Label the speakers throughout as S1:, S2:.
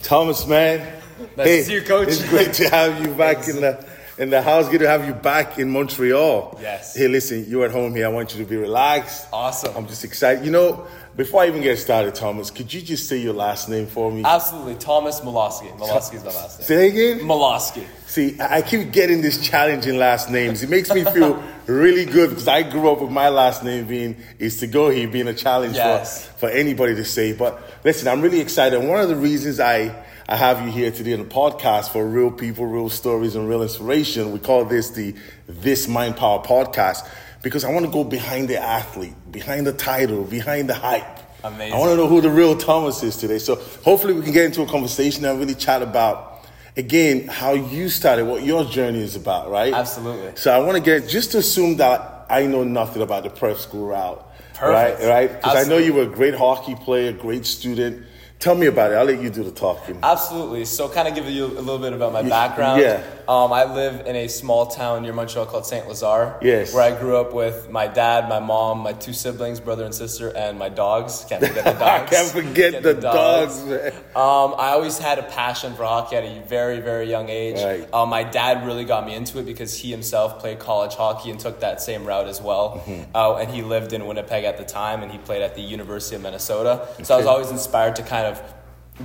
S1: Thomas, man.
S2: Nice to see you, coach.
S1: It's great to have you back in the in the house. Good to have you back in Montreal.
S2: Yes.
S1: Hey, listen, you're at home here. I want you to be relaxed.
S2: Awesome.
S1: I'm just excited. You know, before I even get started, Thomas, could you just say your last name for me?
S2: Absolutely, Thomas Molosky. Molosky is my last name.
S1: say again.
S2: Molosky.
S1: See, I I keep getting these challenging last names. It makes me feel really good because I grew up with my last name being Istigohi, being a challenge
S2: Yes.
S1: for, for anybody to say. But listen, I'm really excited. And one of the reasons I, I have you here today on the podcast for real people, real stories, and real inspiration, we call this the This Mind Power podcast because I want to go behind the athlete, behind the title, behind the hype.
S2: Amazing.
S1: I want to know who the real Thomas is today. So hopefully we can get into a conversation and really chat about again how you started, what your journey is about, right?
S2: Absolutely.
S1: So I want to get just assume that I know nothing about the prep school route,
S2: Perfect.
S1: right? Right? Because I know
S2: Absolutely.
S1: you were a great hockey player, great student. Tell me about it. I'll let you do the talking.
S2: Absolutely. So, kind of give you a little bit about my background.
S1: yeah.
S2: Um, I live in a small town near Montreal called Saint Lazare.
S1: Yes.
S2: Where I grew up with my dad, my mom, my two siblings, brother and sister, and my dogs. Can't forget the
S1: I
S2: dogs.
S1: can't forget the dogs. man.
S2: Um, I always had a passion for hockey at a very, very young age.
S1: Right.
S2: Um, my dad really got me into it because he himself played college hockey and took that same route as well.
S1: Mm-hmm.
S2: Uh, and he lived in Winnipeg at the time and he played at the University of Minnesota. So I was
S1: Okay.
S2: always inspired to kind of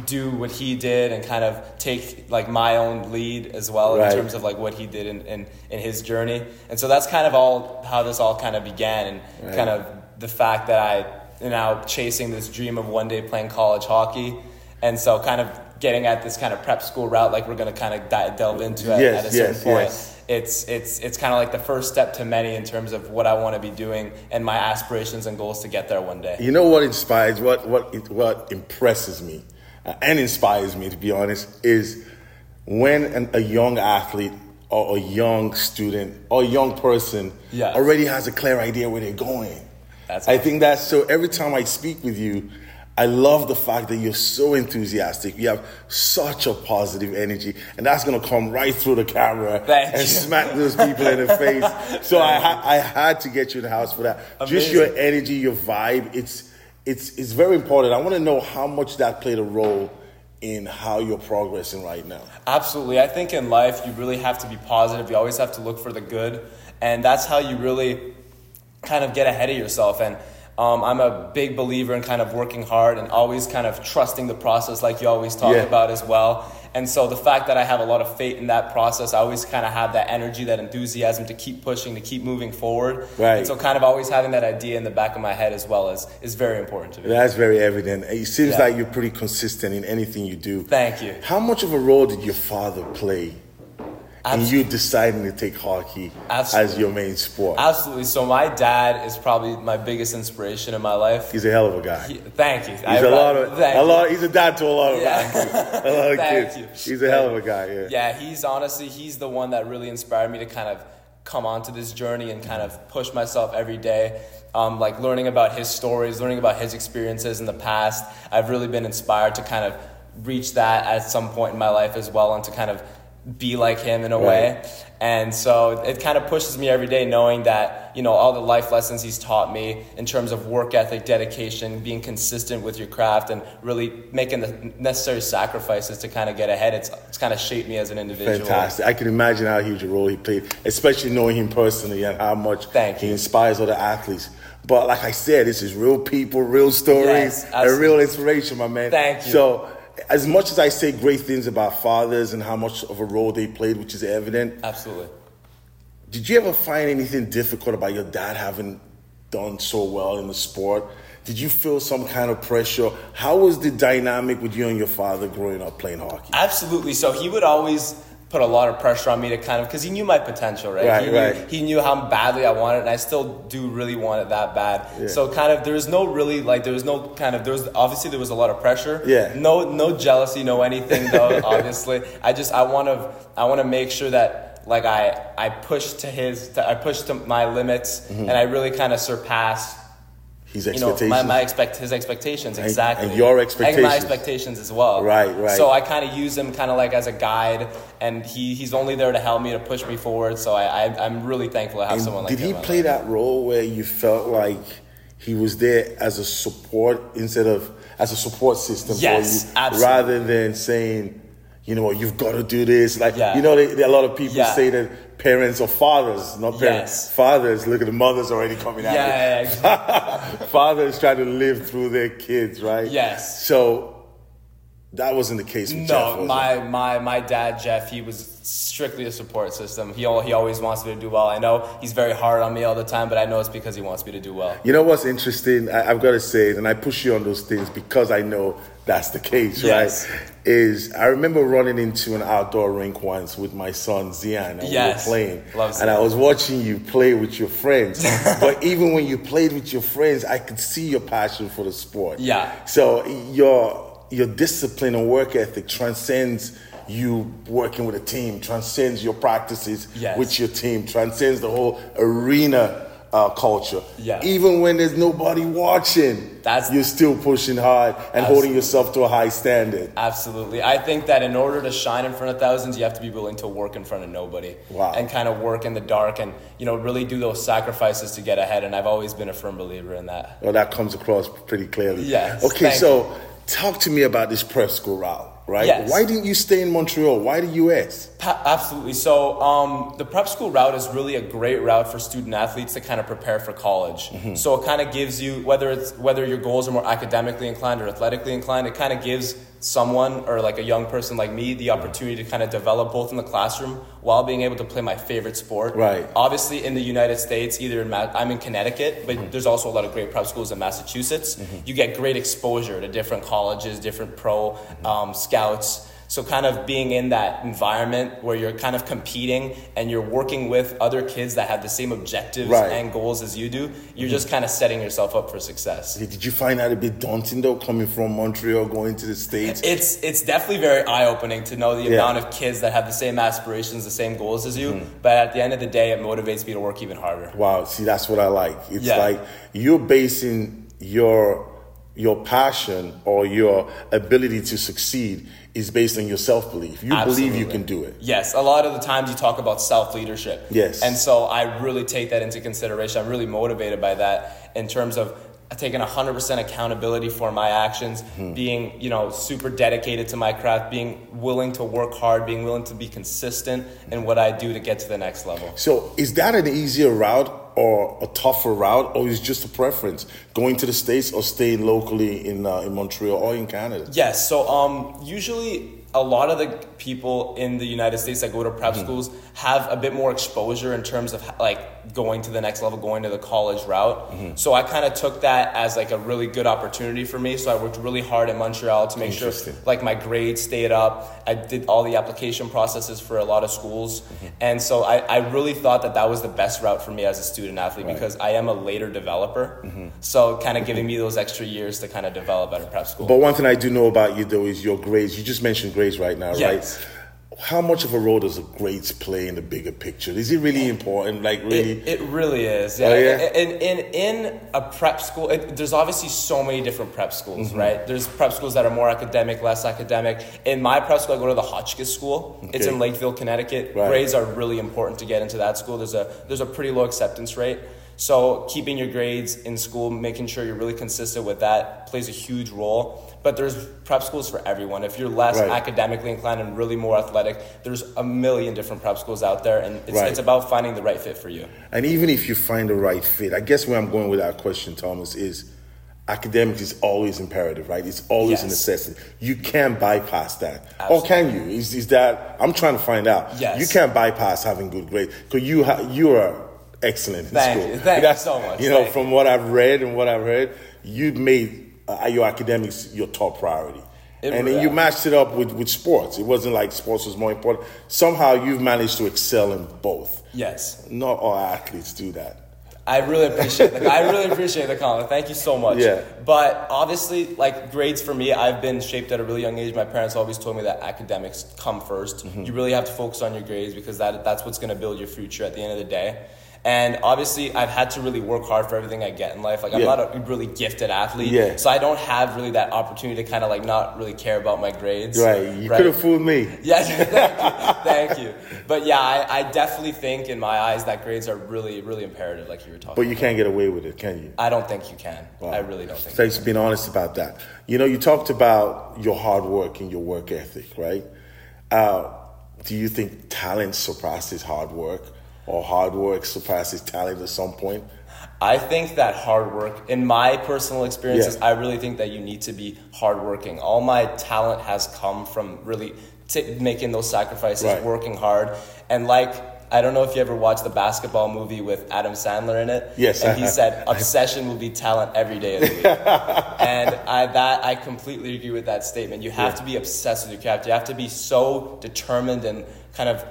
S2: do what he did and kind of take like my own lead as well
S1: Right.
S2: in terms of like what he did in, in, in his journey. And so that's kind of all how this all kind of began and
S1: Right.
S2: kind of the fact that I am now chasing this dream of one day playing college hockey. And so kind of getting at this kind of prep school route, like we're going to kind of di- delve into at,
S1: Yes,
S2: at a certain
S1: yes,
S2: point.
S1: yes.
S2: It's, it's, it's kind of like the first step to many in terms of what I want to be doing and my aspirations and goals to get there one day.
S1: You know what inspires, what what what impresses me, uh, and inspires me to be honest, is when an, a young athlete or a young student or a young person
S2: Yes.
S1: already has a clear idea where they're going.
S2: That's
S1: I
S2: awesome.
S1: think that's so. Every time I speak with you, I love the fact that you're so enthusiastic. You have such a positive energy, and that's gonna come right through the camera
S2: Thank
S1: and
S2: you.
S1: smack those people in the face. So I, ha- I had to get you in the house for that. Just
S2: Amazing.
S1: your energy, your vibe. It's it's it's very important. I want to know how much that played a role in how you're progressing right now.
S2: Absolutely. I think in life, you really have to be positive. You always have to look for the good. And that's how you really kind of get ahead of yourself. And um, I'm a big believer in kind of working hard and always kind of trusting the process, like you always talk
S1: Yeah.
S2: about as well. And so the fact that I have a lot of faith in that process, I always kind of have that energy, that enthusiasm to keep pushing, to keep moving forward.
S1: Right.
S2: And so kind of always having that idea in the back of my head as well is, is very important to me.
S1: That's very evident. It seems
S2: Yeah.
S1: like you're pretty consistent in anything you do.
S2: Thank you.
S1: How much of a role did your father play in
S2: Abs-
S1: you deciding to take hockey as
S2: Absolutely.
S1: your main sport?
S2: Absolutely. So my dad is probably my biggest inspiration in my life.
S1: He's a hell of a guy. He's
S2: Thank you. I-
S1: a lot of
S2: thank
S1: a
S2: you.
S1: lot. He's a dad to a lot of
S2: Yeah.
S1: kids. A lot of
S2: Thank
S1: kids.
S2: you.
S1: He's a hell of a guy. Yeah.
S2: Yeah, he's honestly he's the one that really inspired me to kind of come onto this journey and kind of push myself every day. Um, like learning about his stories, learning about his experiences in the past. I've really been inspired to kind of reach that at some point in my life as well, and to kind of be like him in a way. And so it kind of pushes me every day knowing that, you know, all the life lessons he's taught me in terms of work ethic, dedication, being consistent with your craft, and really making the necessary sacrifices to kind of get ahead. It's, it's kind of shaped me as an individual.
S1: Fantastic. I can imagine how huge a role he played, especially knowing him personally and how much
S2: Thank
S1: he
S2: you.
S1: inspires other athletes. But like I said, this is real people, real stories,
S2: Yes,
S1: and
S2: absolutely.
S1: real inspiration, my man.
S2: Thank you.
S1: So, as much as I say great things about fathers and how much of a role they played, which is evident,
S2: Absolutely.
S1: did you ever find anything difficult about your dad having done so well in the sport? Did you feel some kind of pressure? How was the dynamic with you and your father growing up playing hockey?
S2: Absolutely. So he would always put a lot of pressure on me to kind of because he knew my potential, right?
S1: Right,
S2: he, knew,
S1: right.
S2: he knew how badly I wanted, it, and I still do really want it that bad.
S1: Yeah.
S2: So kind of there was no really like there was no kind of there was obviously there was a lot of pressure.
S1: Yeah.
S2: No no jealousy, no anything though. obviously, I just I want to I want to make sure that. Like I, I pushed to his, to, I pushed to my limits,
S1: Mm-hmm.
S2: and I really kind of surpassed
S1: His
S2: you know,
S1: expectations.
S2: my, my expect his expectations
S1: and
S2: exactly,
S1: your
S2: and my
S1: expectations.
S2: expectations as well.
S1: Right, right.
S2: So I kind of use him kind of like as a guide, and he, he's only there to help me to push me forward. So I, I I'm really thankful to have
S1: And
S2: someone like
S1: did
S2: him.
S1: he
S2: in my
S1: play
S2: life.
S1: that role where you felt like he was there as a support instead of as a support system
S2: Yes,
S1: for you,
S2: absolutely.
S1: rather than saying, you know, what, you've got to do this. Like,
S2: Yeah.
S1: you know, they, they- a lot of people
S2: Yeah.
S1: say that parents or fathers, not parents,
S2: Yes.
S1: fathers. Look at the mothers already coming out.
S2: Yeah, yeah, yeah.
S1: fathers try to live through their kids, right?
S2: Yes.
S1: So that wasn't the case with Jeff. was
S2: No,
S1: it?
S2: my, my my dad Jeff, he was strictly a support system. He al- he always wants me to do well. I know he's very hard on me all the time, but I know it's because he wants me to do well.
S1: You know what's interesting? I, I've got to say, it, and I push you on those things because I know that's the case,
S2: Yes.
S1: right? Is I remember running into an outdoor rink once with my son Zian, and
S2: Yes.
S1: we were playing,
S2: Love
S1: and I
S2: Zian.
S1: was watching you play with your friends. but even when you played with your friends, I could see your passion for the sport.
S2: Yeah.
S1: So your your discipline and work ethic transcends you working with a team, transcends your practices
S2: Yes.
S1: with your team, transcends the whole arena uh, culture.
S2: Yeah.
S1: Even when there's nobody watching,
S2: That's-
S1: you're still pushing hard and holding
S2: Absolutely.
S1: yourself to a high standard.
S2: Absolutely. I think that in order to shine in front of thousands, you have to be willing to work in front of nobody.
S1: Wow.
S2: And kind of work in the dark and, you know, really do those sacrifices to get ahead. And I've always been a firm believer in that.
S1: Well, that comes across pretty clearly.
S2: Yes,
S1: Okay,
S2: thank
S1: so talk to me about this prep school route, right?
S2: Yes.
S1: Why didn't you stay in Montreal? Why the US?
S2: Pa- absolutely. So um, the prep school route is really a great route for student athletes to kind of prepare for college. So it kind of gives you whether it's whether your goals are more academically inclined or athletically inclined. It kind of gives someone or like a young person like me the opportunity to kind of develop both in the classroom while being able to play my favorite sport.
S1: Right.
S2: Obviously, in the United States, either in Ma- I'm in Connecticut,
S1: Mm-hmm.
S2: but there's also a lot of great prep schools in Massachusetts. You get great exposure to different colleges, different pro
S1: Mm-hmm.
S2: um, scouts. So, kind of being in that environment where you're kind of competing and you're working with other kids that have the same objectives
S1: Right. Mm-hmm.
S2: and goals as you do, you're just kind of setting yourself up for success.
S1: Did you find that a bit daunting though, coming from Montreal, going to the States?
S2: It's it's definitely very eye opening to know the
S1: Yeah.
S2: amount of kids that have the same aspirations, the same goals as you.
S1: Mm-hmm.
S2: But at the end of the day, it motivates me to work even harder.
S1: Wow, see that's what I like. It's
S2: Yeah.
S1: like you're basing your your passion or your ability to succeed is based on your self belief. You believe you
S2: Absolutely.
S1: can do it.
S2: Yes, a lot of the times you talk about self leadership.
S1: Yes.
S2: And so I really take that into consideration. I'm really motivated by that in terms of taking 100% accountability for my actions, being, you know, super dedicated to my craft, being willing to work hard, being willing to be consistent in what I do to get to the next level.
S1: So is that an easier route or a tougher route, or is it just a preference going to the states or staying locally in uh, in Montreal or in Canada?
S2: Yes. So um, usually a lot of the people in the United States that go to prep schools have a bit more exposure in terms of like going to the next level, going to the college route. So I kind of took that as like a really good opportunity for me. So I worked really hard in Montreal to make sure
S1: Interesting.
S2: like my grades stayed up. I did all the application processes for a lot of schools. And so I, I really thought that that was the best route for me as a student athlete because I am a later developer. So kind of giving me those extra years to kind of develop at a prep school.
S1: But one thing I do know about you though is your grades. You just mentioned grades right now,
S2: Yes.
S1: right? How much of a role does the grades play in the bigger picture? Is it really important? Like really?
S2: It, it really is. Yeah.
S1: Oh, yeah?
S2: And, and, in a prep school, it, there's obviously so many different prep schools,
S1: Mm-hmm.
S2: right? There's prep schools that are more academic, less academic. In my prep school, I go to the Hotchkiss School. It's
S1: Okay.
S2: in Lakeville, Connecticut.
S1: Right.
S2: Grades are really important to get into that school. There's a there's a pretty low acceptance rate. So keeping your grades in school, making sure you're really consistent with that plays a huge role. But there's prep schools for everyone. If you're less
S1: Right.
S2: academically inclined and really more athletic, there's a million different prep schools out there, and it's,
S1: Right.
S2: it's about finding the right fit for you.
S1: And even if you find the right fit, I guess where I'm going with that question, Thomas, is academics is always imperative, right? It's always a
S2: Yes.
S1: necessity. You can't bypass that. Or
S2: Absolutely.
S1: can you? Is, is that, I'm trying to find out.
S2: Yes.
S1: You can't bypass having good grades because you, ha- you are excellent in
S2: Thank
S1: school.
S2: you. Thank you
S1: That's-
S2: so much.
S1: You know,
S2: Thank you.
S1: from what I've read and what I've heard, you've made uh, your academics your top priority.
S2: It-
S1: and then you
S2: yeah.
S1: matched it up with, with sports. It wasn't like sports was more important. Somehow you've managed to excel in both.
S2: Yes,
S1: Not all athletes do that.
S2: I really appreciate the I really appreciate the comment. Thank you so much.
S1: Yeah.
S2: But obviously, like grades for me, I've been shaped at a really young age. My parents always told me that academics come 1st
S1: Mm-hmm.
S2: You really have to focus on your grades because that that's what's going to build your future at the end of the day. And obviously, I've had to really work hard for everything I get in life. Like I'm
S1: Yeah.
S2: not a really gifted athlete,
S1: Yeah.
S2: so I don't have really that opportunity to kind of like not really care about my grades.
S1: Right. You could have fooled me.
S2: Yes, thank you. Thank you. But yeah, I, I definitely think in my eyes that grades are really, really imperative, like you were talking.
S1: But you can't get away with it, can you?
S2: I don't think you can. I really don't think.
S1: Thanks for being honest about that. You know, you talked about your hard work and your work ethic, right? Uh, do you think talent surpasses hard work, or hard work surpasses talent at some point?
S2: I think that hard work, in my personal experiences,
S1: Yeah.
S2: I really think that you need to be hardworking. All my talent has come from really t- making those sacrifices,
S1: Right.
S2: working hard, and like. I don't know if you ever watched the basketball movie with Adam Sandler in it.
S1: Yes,
S2: and he
S1: I-
S2: said obsession will be talent every day of the week, and I that I completely agree with that statement. You have to be obsessed with your craft. You have to be so determined and kind of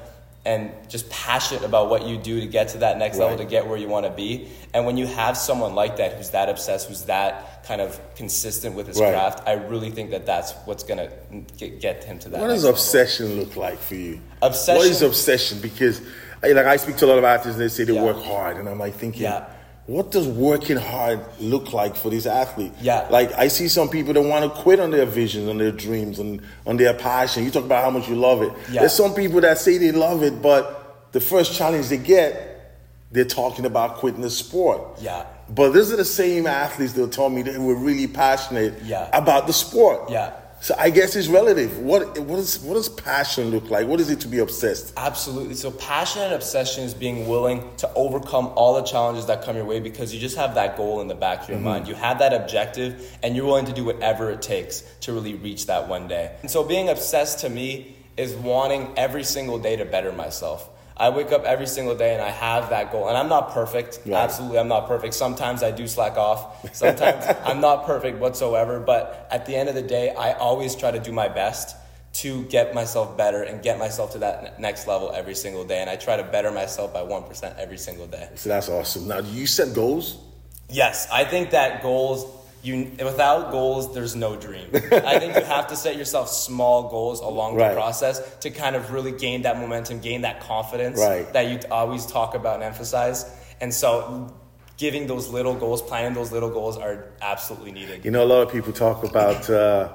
S2: and just passionate about what you do to get to that next level
S1: Right.
S2: to get where you want to be. And when you have someone like that who's that obsessed, who's that kind of consistent with his
S1: Right.
S2: craft, I really think that that's what's gonna get, get him to that.
S1: What
S2: next
S1: does
S2: level.
S1: obsession look like for you?
S2: Obsession-
S1: What is obsession? Because I- like I speak to a lot of athletes, and they say they
S2: Yeah.
S1: work hard, and I'm like thinking,
S2: Yeah.
S1: what does working hard look like for this athlete?
S2: Yeah.
S1: like I see some people that want to quit on their visions, on their dreams, and on their passion. You talk about how much you love it.
S2: Yeah.
S1: There's some people that say they love it, but the first challenge they get, they're talking about quitting the sport.
S2: Yeah.
S1: But these are the same athletes that told me they were really passionate
S2: Yeah.
S1: about the sport.
S2: Yeah.
S1: So I guess it's relative. What what is what does passion look like? What is it to be obsessed?
S2: Absolutely. So passion and obsession is being willing to overcome all the challenges that come your way because you just have that goal in the back of your mind. You have that objective and you're willing to do whatever it takes to really reach that one day. And so being obsessed to me is wanting every single day to better myself. I wake up every single day and I have that goal. And I'm not perfect.
S1: Right.
S2: Absolutely, I'm not perfect. Sometimes I do slack off. Sometimes I'm not perfect whatsoever. But at the end of the day, I always try to do my best to get myself better and get myself to that n- next level every single day. And I try to better myself by 1% every single day.
S1: So that's awesome. Now, do you set goals?
S2: Yes, I think that goals. You without goals, there's no dream. I think you have to set yourself small goals along
S1: Right.
S2: the process to kind of really gain that momentum, gain that confidence
S1: Right.
S2: that you always talk about and emphasize. And so, giving those little goals, planning those little goals are absolutely needed.
S1: You know, a lot of people talk about uh,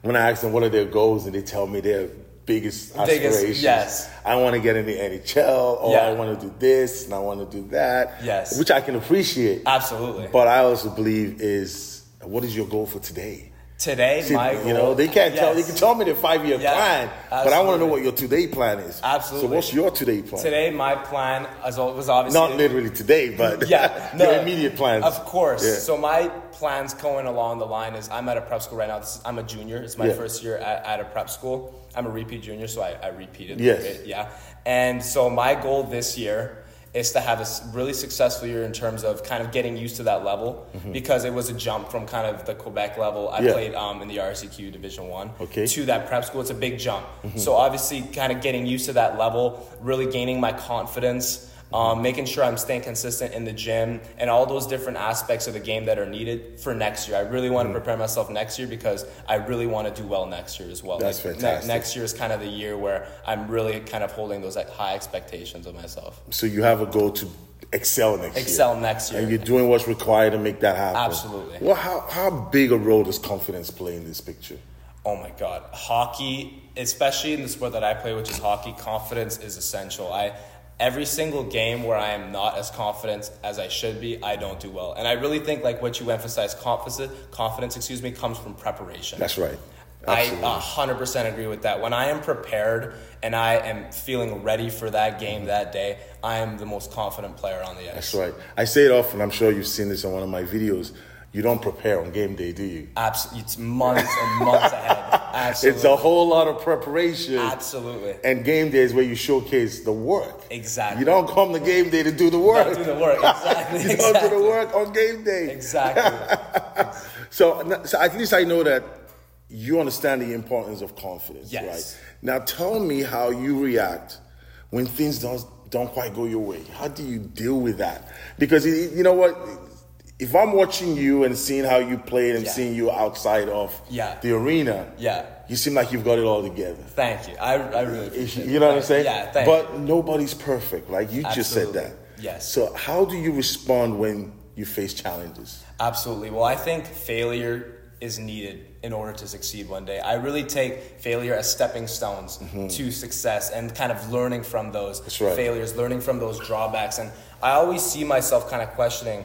S1: when I ask them what are their goals, and they tell me their biggest aspirations.
S2: Biggest, yes.
S1: I want to get in the NHL, or
S2: Yeah.
S1: I want to do this, and I want to do that.
S2: Yes.
S1: which I can appreciate.
S2: Absolutely.
S1: But I also believe is what is your goal for today?
S2: Today,
S1: See,
S2: my goal,
S1: you know, they can't tell. They
S2: Yes.
S1: can tell me their five year
S2: Yeah,
S1: plan, but I want to know
S2: absolutely.
S1: what your today plan is.
S2: Absolutely.
S1: So, what's your today plan?
S2: Today, my plan as al- was obviously
S1: Not literally today, but
S2: yeah,
S1: your immediate plans.
S2: Of course.
S1: Yeah.
S2: So my plans going along the line is I'm at a prep school right now. This is, I'm a junior. It's my
S1: Yeah.
S2: first year at, at a prep school. I'm a repeat junior, so I, I repeated. a
S1: Yes.
S2: bit, yeah. And so my goal this year is to have a s- really successful year in terms of kind of getting used to that level because it was a jump from kind of the Quebec level. I
S1: Mm-hmm. Yeah.
S2: played um, in the RCQ Division One
S1: Okay. Mm-hmm.
S2: to that prep school. It's a big jump. So obviously, kind of getting used to that level, really gaining my confidence, um, making sure I'm staying consistent in the gym, and all those different aspects of the game that are needed for next year. I really
S1: Mm.
S2: want to prepare myself next year because I really want to do well next year as well.
S1: That's
S2: ne-
S1: fantastic.
S2: next year is kind of the year where I'm really kind of holding those like, high expectations of myself.
S1: so you have a goal to excel next year.
S2: Excel next year.
S1: And you're doing what's required to make that happen.
S2: Absolutely.
S1: Well, how, how big a role does confidence play in this picture?
S2: Oh my God. Hockey, especially in the sport that I play, which is hockey, confidence is essential. I every single game where I am not as confident as I should be, I don't do well. And I really think like what you emphasize, confidence confidence, excuse me, comes from preparation.
S1: That's right. Absolutely.
S2: I uh, 100% agree with that. When I am prepared and I am feeling ready for that game that day, I am the most confident player on the ice.
S1: That's right. I say it often. I'm sure you've seen this in one of my videos. You don't prepare on game day, do you?
S2: Abs- it's months and months ahead. Absolutely.
S1: It's a whole lot of preparation.
S2: Absolutely.
S1: And game day is where you showcase the work.
S2: Exactly.
S1: You don't come to game day to do the work.
S2: Don't do the work. Exactly.
S1: you don't
S2: exactly.
S1: do the work on game day.
S2: Exactly.
S1: So, so at least I know that you understand the importance of confidence,
S2: Yes.
S1: right? Now tell me how you react when things don't don't quite go your way. How do you deal with that? Because it- you know what, if I'm watching you and seeing how you played and
S2: Yeah.
S1: seeing you outside of
S2: Yeah.
S1: the arena,
S2: Yeah.
S1: you seem like you've got it all together.
S2: Thank you. I, I really
S1: If you,
S2: appreciate
S1: you know what I'm
S2: that.
S1: saying?
S2: Yeah, thank you.
S1: But nobody's perfect, like you just said
S2: Absolutely.
S1: that.
S2: Yes.
S1: So how do you respond when you face challenges?
S2: Absolutely. Well, I think failure is needed in order to succeed one day. I really take failure as stepping stones to success and kind of learning from those
S1: Mm-hmm. That's right.
S2: failures, learning from those drawbacks. And I always see myself kind of questioning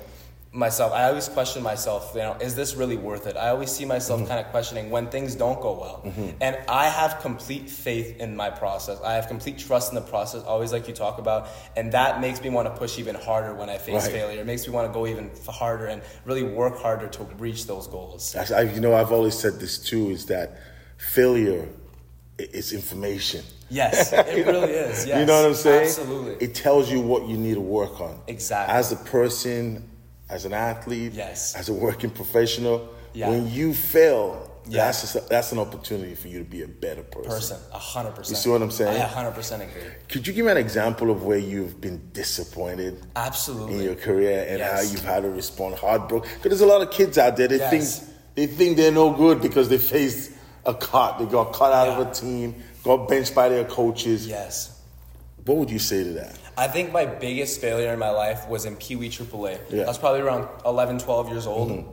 S2: myself. I always question myself, you know, is this really worth it? I always see myself
S1: Mm-hmm.
S2: kind of questioning when things don't go well. And I have complete faith in my process. I have complete trust in the process, always like you talk about. And that makes me want to push even harder when I face
S1: Right.
S2: failure. It makes me want to go even f- harder and really work harder to reach those goals.
S1: That's- I, you know, I've always said this too: is that failure i- is information.
S2: Yes, it really is. Yes.
S1: You know what I'm saying?
S2: Absolutely.
S1: It tells you what you need to work on.
S2: Exactly.
S1: As a person, as an athlete,
S2: Yes.
S1: as a working professional,
S2: Yeah.
S1: when you fail,
S2: Yeah.
S1: that's just- that's an opportunity for you to be a better person.
S2: Person, a hundred percent.
S1: see what I'm saying?
S2: I a hundred percent agree.
S1: Could you give me an example of where you've been disappointed in
S2: Absolutely.
S1: your career and how
S2: Yes.
S1: you've had to respond heartbroken? Because there's a lot of kids out there they
S2: Yes.
S1: think they think they're no good because they faced a cut, they got cut out of
S2: Yeah.
S1: a team, got benched by their coaches.
S2: Yes.
S1: What would you say to that?
S2: I think my biggest failure in my life was in Pee Wee AAA.
S1: Yeah. Mm-hmm.
S2: I was probably around 11, 12 years old.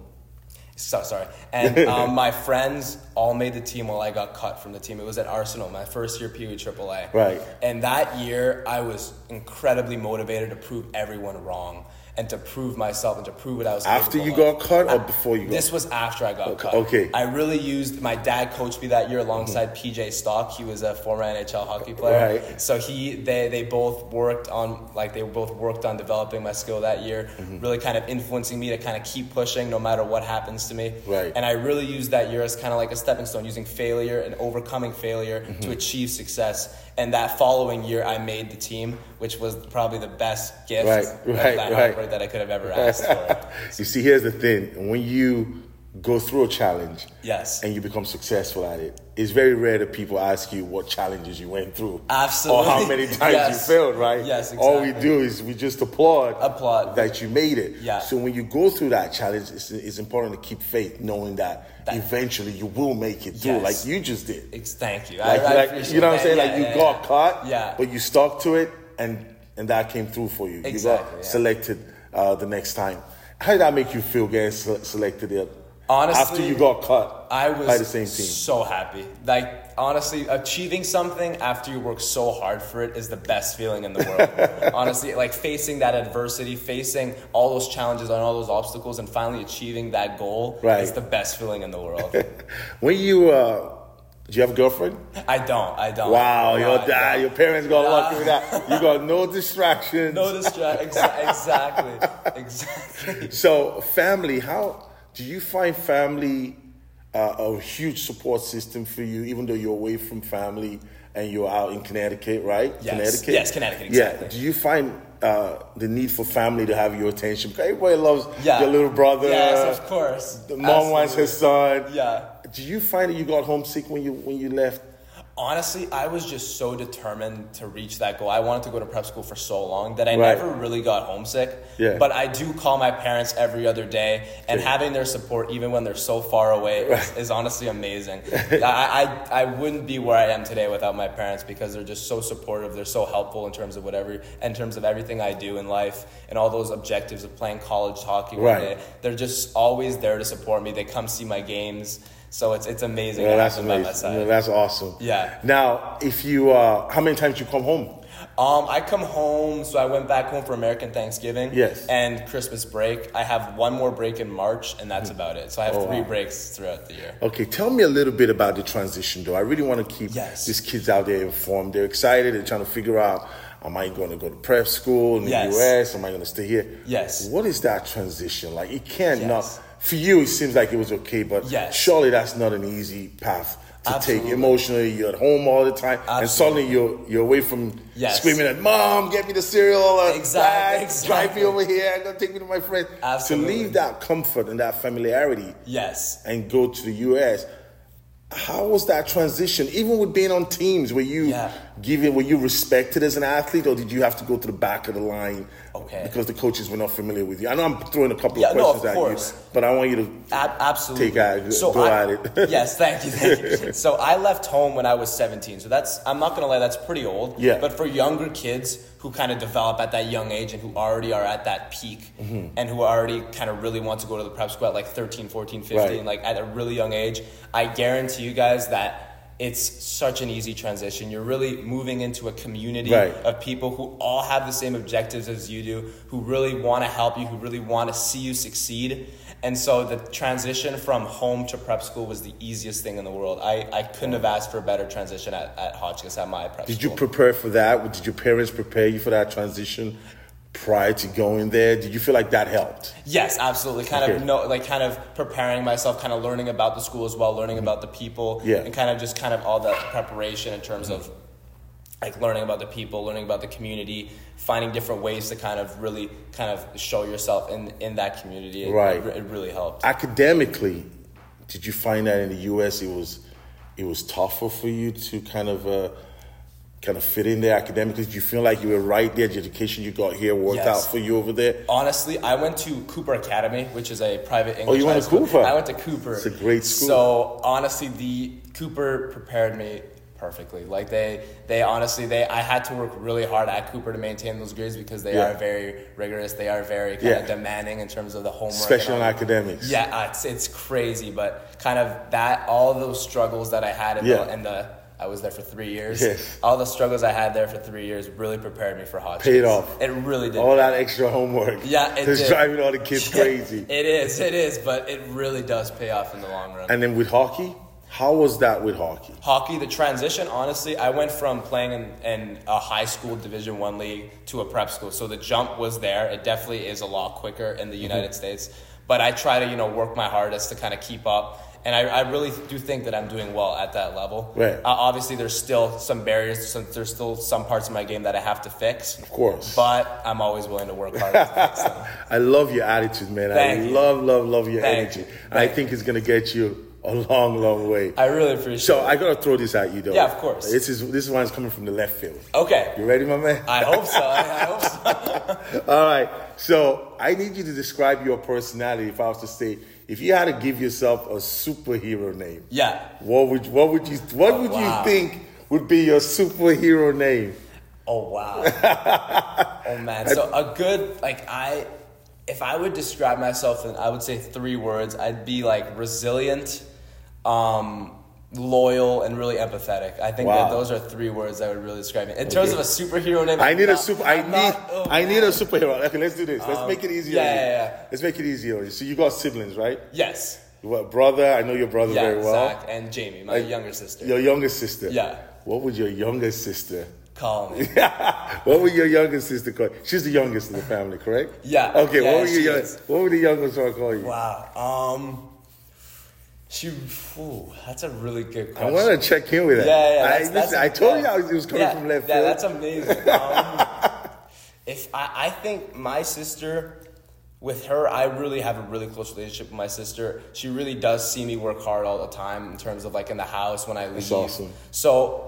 S2: So, sorry. And um, my friends all made the team while I got cut from the team. It was at Arsenal, my first year Pee Wee AAA.
S1: Right.
S2: And that year, I was incredibly motivated to prove everyone wrong and to prove myself and to prove what I was
S1: After you
S2: capable of.
S1: got cut or before you got
S2: This was after I got cut.
S1: okay. Mm-hmm.
S2: I really used my dad coached me that year alongside PJ Stock. He was a former NHL hockey player.
S1: Right.
S2: So he they they both worked on like they both worked on developing my skill that year,
S1: Mm-hmm.
S2: really kind of influencing me to kind of keep pushing no matter what happens to me.
S1: Right.
S2: And I really used that year as kind of like a stepping stone, using failure and overcoming failure
S1: Mm-hmm.
S2: to achieve success. And that following year, I made the team, which was probably the best gift
S1: Right,
S2: of
S1: right, right.
S2: that heartbreak that I could have ever asked for.
S1: You see, here's the thing: when you go through a challenge,
S2: Yes.
S1: and you become successful at it, it's very rare that people ask you what challenges you went through,
S2: Absolutely.
S1: or how many times
S2: Yes.
S1: you failed. Right?
S2: Yes,
S1: All we
S2: exactly.
S1: do is we just applaud,
S2: Applaud.
S1: uh, that you made it.
S2: Yeah.
S1: So when you go through that challenge, it's, it's important to keep faith, knowing that,
S2: That-
S1: eventually you will make it through,
S2: Yes.
S1: like you just did.
S2: Ex- Thank you.
S1: Like,
S2: I, I
S1: like,
S2: appreciate
S1: you know what I'm
S2: that.
S1: saying?
S2: Yeah,
S1: like you
S2: yeah,
S1: got
S2: yeah.
S1: caught,
S2: Yeah.
S1: but you stuck to it, and and that came through for you. you got
S2: Exactly, yeah.
S1: selected uh, the next time. How did that make you feel getting se- selected? It
S2: Honestly,
S1: after you got caught
S2: I was
S1: by the same team.
S2: so happy. Like honestly, achieving something after you work so hard for it is the best feeling in the world. honestly, like facing that adversity, facing all those challenges and all those obstacles, and finally achieving that goal
S1: Right.
S2: is the best feeling in the world.
S1: When you uh, do you have a girlfriend?
S2: I don't. I don't.
S1: Wow,
S2: No,
S1: your
S2: I
S1: dad,
S2: don't.
S1: your parents got
S2: Nah.
S1: lucky with that. You got no distractions.
S2: No distraction. exactly. Exactly.
S1: So family, how do you find family uh, a huge support system for you, even though you're away from family and you're out in Connecticut, right?
S2: Yes.
S1: Connecticut.
S2: Yes, Connecticut,
S1: Yeah.
S2: exactly.
S1: Do you find uh, the need for family to have your attention? Because everybody loves
S2: Yeah.
S1: your little brother.
S2: Yes, of course.
S1: The mom wants her son.
S2: Yeah.
S1: Do you find that you got homesick when you when you left?
S2: honestly, I was just so determined to reach that goal. I wanted to go to prep school for so long that I
S1: Right.
S2: never really got homesick.
S1: Yeah.
S2: But I do call my parents every other day, and having their support, even when they're so far away, is, is honestly amazing. I, I, I wouldn't be where I am today without my parents because they're just so supportive. They're so helpful in terms of whatever, in terms of everything I do in life and all those objectives of playing college hockey. one
S1: Right.
S2: day. They're just always there to support me. They come see my games. So it's, it's amazing.
S1: Yeah,
S2: to have
S1: that's
S2: them by my
S1: amazing.
S2: side.
S1: Yeah, that's awesome.
S2: Yeah.
S1: Now, if you, uh, how many times you come home?
S2: Um, I come home, so I went back home for American Thanksgiving.
S1: Yes.
S2: And Christmas break. I have one more break in March, and that's about it. So I have
S1: Oh,
S2: three
S1: wow.
S2: breaks throughout the year.
S1: Okay, tell me a little bit about the transition, though. I really want to keep
S2: Yes.
S1: these kids out there informed. They're excited. They're trying to figure out, am I going to go to prep school in the
S2: Yes.
S1: U.S.? Am I going to stay here?
S2: Yes.
S1: What is that transition like? It can't
S2: Yes.
S1: not for you. It seems like it was okay, but
S2: Yes.
S1: surely that's not an easy path to take
S2: Absolutely.
S1: emotionally. You're at home all the time, and
S2: Absolutely.
S1: suddenly you're you're away from
S2: Yes.
S1: screaming at mom, get me the cereal, and
S2: Exactly,
S1: Dad, drive
S2: exactly.
S1: me over here, I'm gonna take me to my friends.
S2: Absolutely.
S1: To leave that comfort and that familiarity
S2: Yes.
S1: and go to the US. How was that transition? Even with being on teams, were you
S2: Yeah.
S1: given were you respected as an athlete or did you have to go to the back of the line?
S2: Okay.
S1: Because the coaches were not familiar with you. I know I'm throwing a couple
S2: Yeah,
S1: of
S2: no, of
S1: questions at
S2: course.
S1: you, but I want you to
S2: Ab- absolutely.
S1: Take out- go at it.
S2: yes, thank you, thank you. So I left home when I was 17. So that's I'm not gonna lie, that's pretty old.
S1: Yeah.
S2: But for younger kids who kind of develop at that young age and who already are at that peak
S1: Mm-hmm.
S2: and who already kind of really want to go to the prep school at like 13, 14, 15,
S1: Right.
S2: like at a really young age. I guarantee you guys that it's such an easy transition. You're really moving into a community
S1: Right.
S2: of people who all have the same objectives as you do, who really want to help you, who really want to see you succeed. And so the transition from home to prep school was the easiest thing in the world. I, I couldn't have asked for a better transition at, at Hotchkiss at my prep
S1: Did you
S2: school.
S1: prepare for that? Did your parents prepare you for that transition prior to going there? Did you feel like that helped?
S2: Yes, absolutely. Kind
S1: Okay.
S2: of no, like kind of preparing myself, kind of learning about the school as well, learning about the people,
S1: Mm-hmm. Yeah.
S2: and kind of just kind of all that preparation in terms of like learning about the people, learning about the community, finding different ways to kind of really kind of show yourself in in that community. It,
S1: Right.
S2: It, re- it really helped.
S1: Academically, did you find that in the U.S. it was it was tougher for you to kind of uh, kind of fit in there academically? Did you feel like you were right there? The education you got here worked
S2: Yes.
S1: out for you over there?
S2: Honestly, I went to Cooper Academy, which is a private English.
S1: Oh, you went
S2: high
S1: to
S2: school.
S1: Cooper?
S2: I went to Cooper.
S1: It's a great school.
S2: So honestly, the Cooper prepared me perfectly. Like they, they honestly, they I had to work really hard at Cooper to maintain those grades because they
S1: Yeah.
S2: are very rigorous. They are very kind
S1: Yeah.
S2: of demanding in terms of the homework, and
S1: Especially on
S2: all-
S1: academics.
S2: Yeah, uh, it's it's crazy, but kind of that all those struggles that I had in
S1: Yeah.
S2: the, in the I was there for three years.
S1: Yes.
S2: All the struggles I had there for three years really prepared me for Hodges.
S1: Paid off. Oh,
S2: It really did.
S1: All that extra homework.
S2: Yeah, it
S1: it's
S2: did.
S1: driving all the kids crazy.
S2: It is, it is, but it really does pay off in the long run.
S1: And then with hockey, how was that with hockey?
S2: Hockey, the transition, honestly, I went from playing in, in a high school Division One league to a prep school, so the jump was there. It definitely is a lot quicker in the
S1: Mm-hmm.
S2: United States, but I try to you know work my hardest to kind of keep up. And I, I really do think that I'm doing well at that level.
S1: Right.
S2: Uh, obviously, there's still some barriers. Some, there's still some parts of my game that I have to fix. Of
S1: course.
S2: But I'm always willing to work hard to fix them.
S1: I love your attitude, man. I
S2: Thank you.
S1: love, love, love your
S2: Thank
S1: energy.
S2: you.
S1: And I
S2: Thank
S1: think it's gonna get you a long, long way.
S2: I really appreciate
S1: So
S2: it.
S1: I gotta throw this at you, though.
S2: Yeah, of course.
S1: This is this one's coming from the left field.
S2: Okay.
S1: You ready, my man?
S2: I hope so. I hope so.
S1: All right. So I need you to describe your personality. If I was to say, if you had to give yourself a superhero name,
S2: Yeah.
S1: what would what would you what would
S2: wow.
S1: you think would be your superhero name?
S2: Oh wow. oh man. So a good like I if I would describe myself in I would say three words, I'd be like resilient, um, loyal, and really empathetic. I think
S1: Wow.
S2: that those are three words that would really describe me. In terms of a superhero name,
S1: I
S2: I'm
S1: need a
S2: not-
S1: super. I
S2: I'm
S1: need.
S2: not- oh,
S1: I need
S2: man. Um,
S1: a superhero. Okay, let's do this. Let's make it easier.
S2: yeah,
S1: on you.
S2: yeah, yeah.
S1: Let's make it easier. on you. So you got siblings, right?
S2: Yes.
S1: You got a brother. I know your brother
S2: Yeah,
S1: very well.
S2: Zach and Jamie, my younger sister.
S1: Your younger sister.
S2: Yeah.
S1: What would your younger sister?
S2: Call me.
S1: what would your younger sister call? She's the youngest in the family, correct?
S2: Yeah.
S1: Okay.
S2: Yeah,
S1: what would
S2: she
S1: your young,
S2: is.
S1: What would the youngest one call you?
S2: Wow. Um she ooh, that's a really good
S1: I
S2: question.
S1: want to check in with her.
S2: Yeah, yeah.
S1: I,
S2: That's, that's-
S1: listen, I told
S2: yeah.
S1: you I was, it was coming
S2: Yeah,
S1: from left
S2: Yeah,
S1: field.
S2: that's amazing. Um, if I, I think my sister, with her, I really have a really close relationship with my sister. She really does see me work hard all the time in terms of like in the house when I leave.
S1: awesome.
S2: So.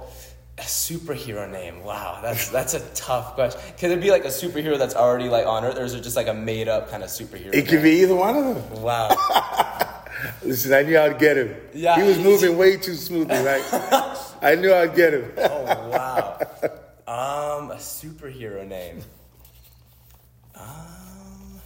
S2: A superhero name? Wow, that's that's a tough question. Could it be like a superhero that's already like on Earth, or is it just like a made up kind of superhero?
S1: it could be either one of them.
S2: name? Wow.
S1: Listen, I knew I'd get him.
S2: Yeah,
S1: He was
S2: he-
S1: moving way too smoothly, right? I knew I'd get him.
S2: Oh wow. Um, a superhero name. Um.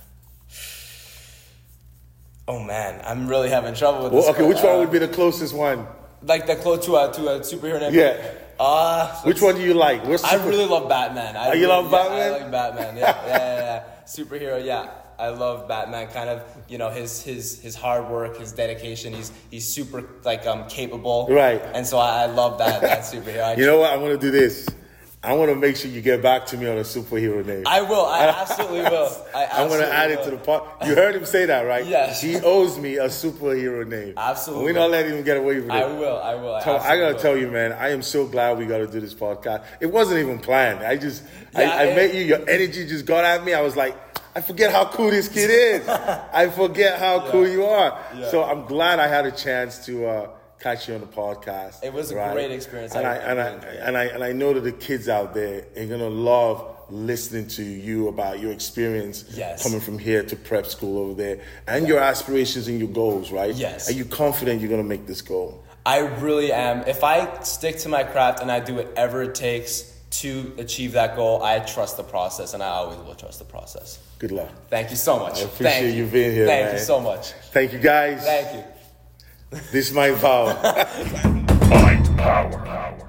S2: Oh man, I'm really having trouble with this.
S1: Well, okay,
S2: one.
S1: which one would
S2: Uh,
S1: be the closest one?
S2: like the close to a to a superhero name?
S1: Yeah.
S2: Uh
S1: Which one do you like? What's
S2: I
S1: super-
S2: really love Batman. I
S1: Oh, you
S2: really-
S1: love
S2: yeah,
S1: Batman?
S2: I like Batman. Yeah, yeah, yeah, yeah. Superhero. Yeah, I love Batman. Kind of, you know, his his his hard work, his dedication. He's he's super like um capable.
S1: Right.
S2: And so I, I love that that superhero. I
S1: You know what? I want to do this. I want to make sure you get back to me on a superhero name.
S2: I will. I absolutely will. I
S1: I'm going
S2: absolutely
S1: to add
S2: will.
S1: it to the pot. You heard him say that, right?
S2: Yes.
S1: He owes me a superhero name.
S2: Absolutely.
S1: We're not letting him get away with it.
S2: I will. I will. I,
S1: So I gotta
S2: absolutely
S1: tell you, man, I am so glad we got to do this podcast. It wasn't even planned. I just,
S2: Yeah,
S1: I, I
S2: it-
S1: met you. Your energy just got at me. I was like, I forget how cool this kid is. I forget how cool you are.
S2: Yeah.
S1: So I'm glad I had a chance to uh, catch you on the podcast.
S2: It was a great experience.
S1: and
S2: I
S1: I, and I
S2: really enjoyed it.
S1: and I and I know that the kids out there are gonna love listening to you about your experience
S2: Yes.
S1: coming from here to prep school over there and your aspirations and your goals. Right?
S2: Yes.
S1: Are you confident you're gonna make this goal?
S2: I really am. If I stick to my craft and I do whatever it takes to achieve that goal. I trust the process, and I always will trust the process.
S1: Good luck.
S2: Thank you so much.
S1: I appreciate
S2: Thank
S1: you being here,
S2: Thank
S1: man.
S2: you so much.
S1: Thank you guys.
S2: Thank you.
S1: This is my vow.
S3: Mind power.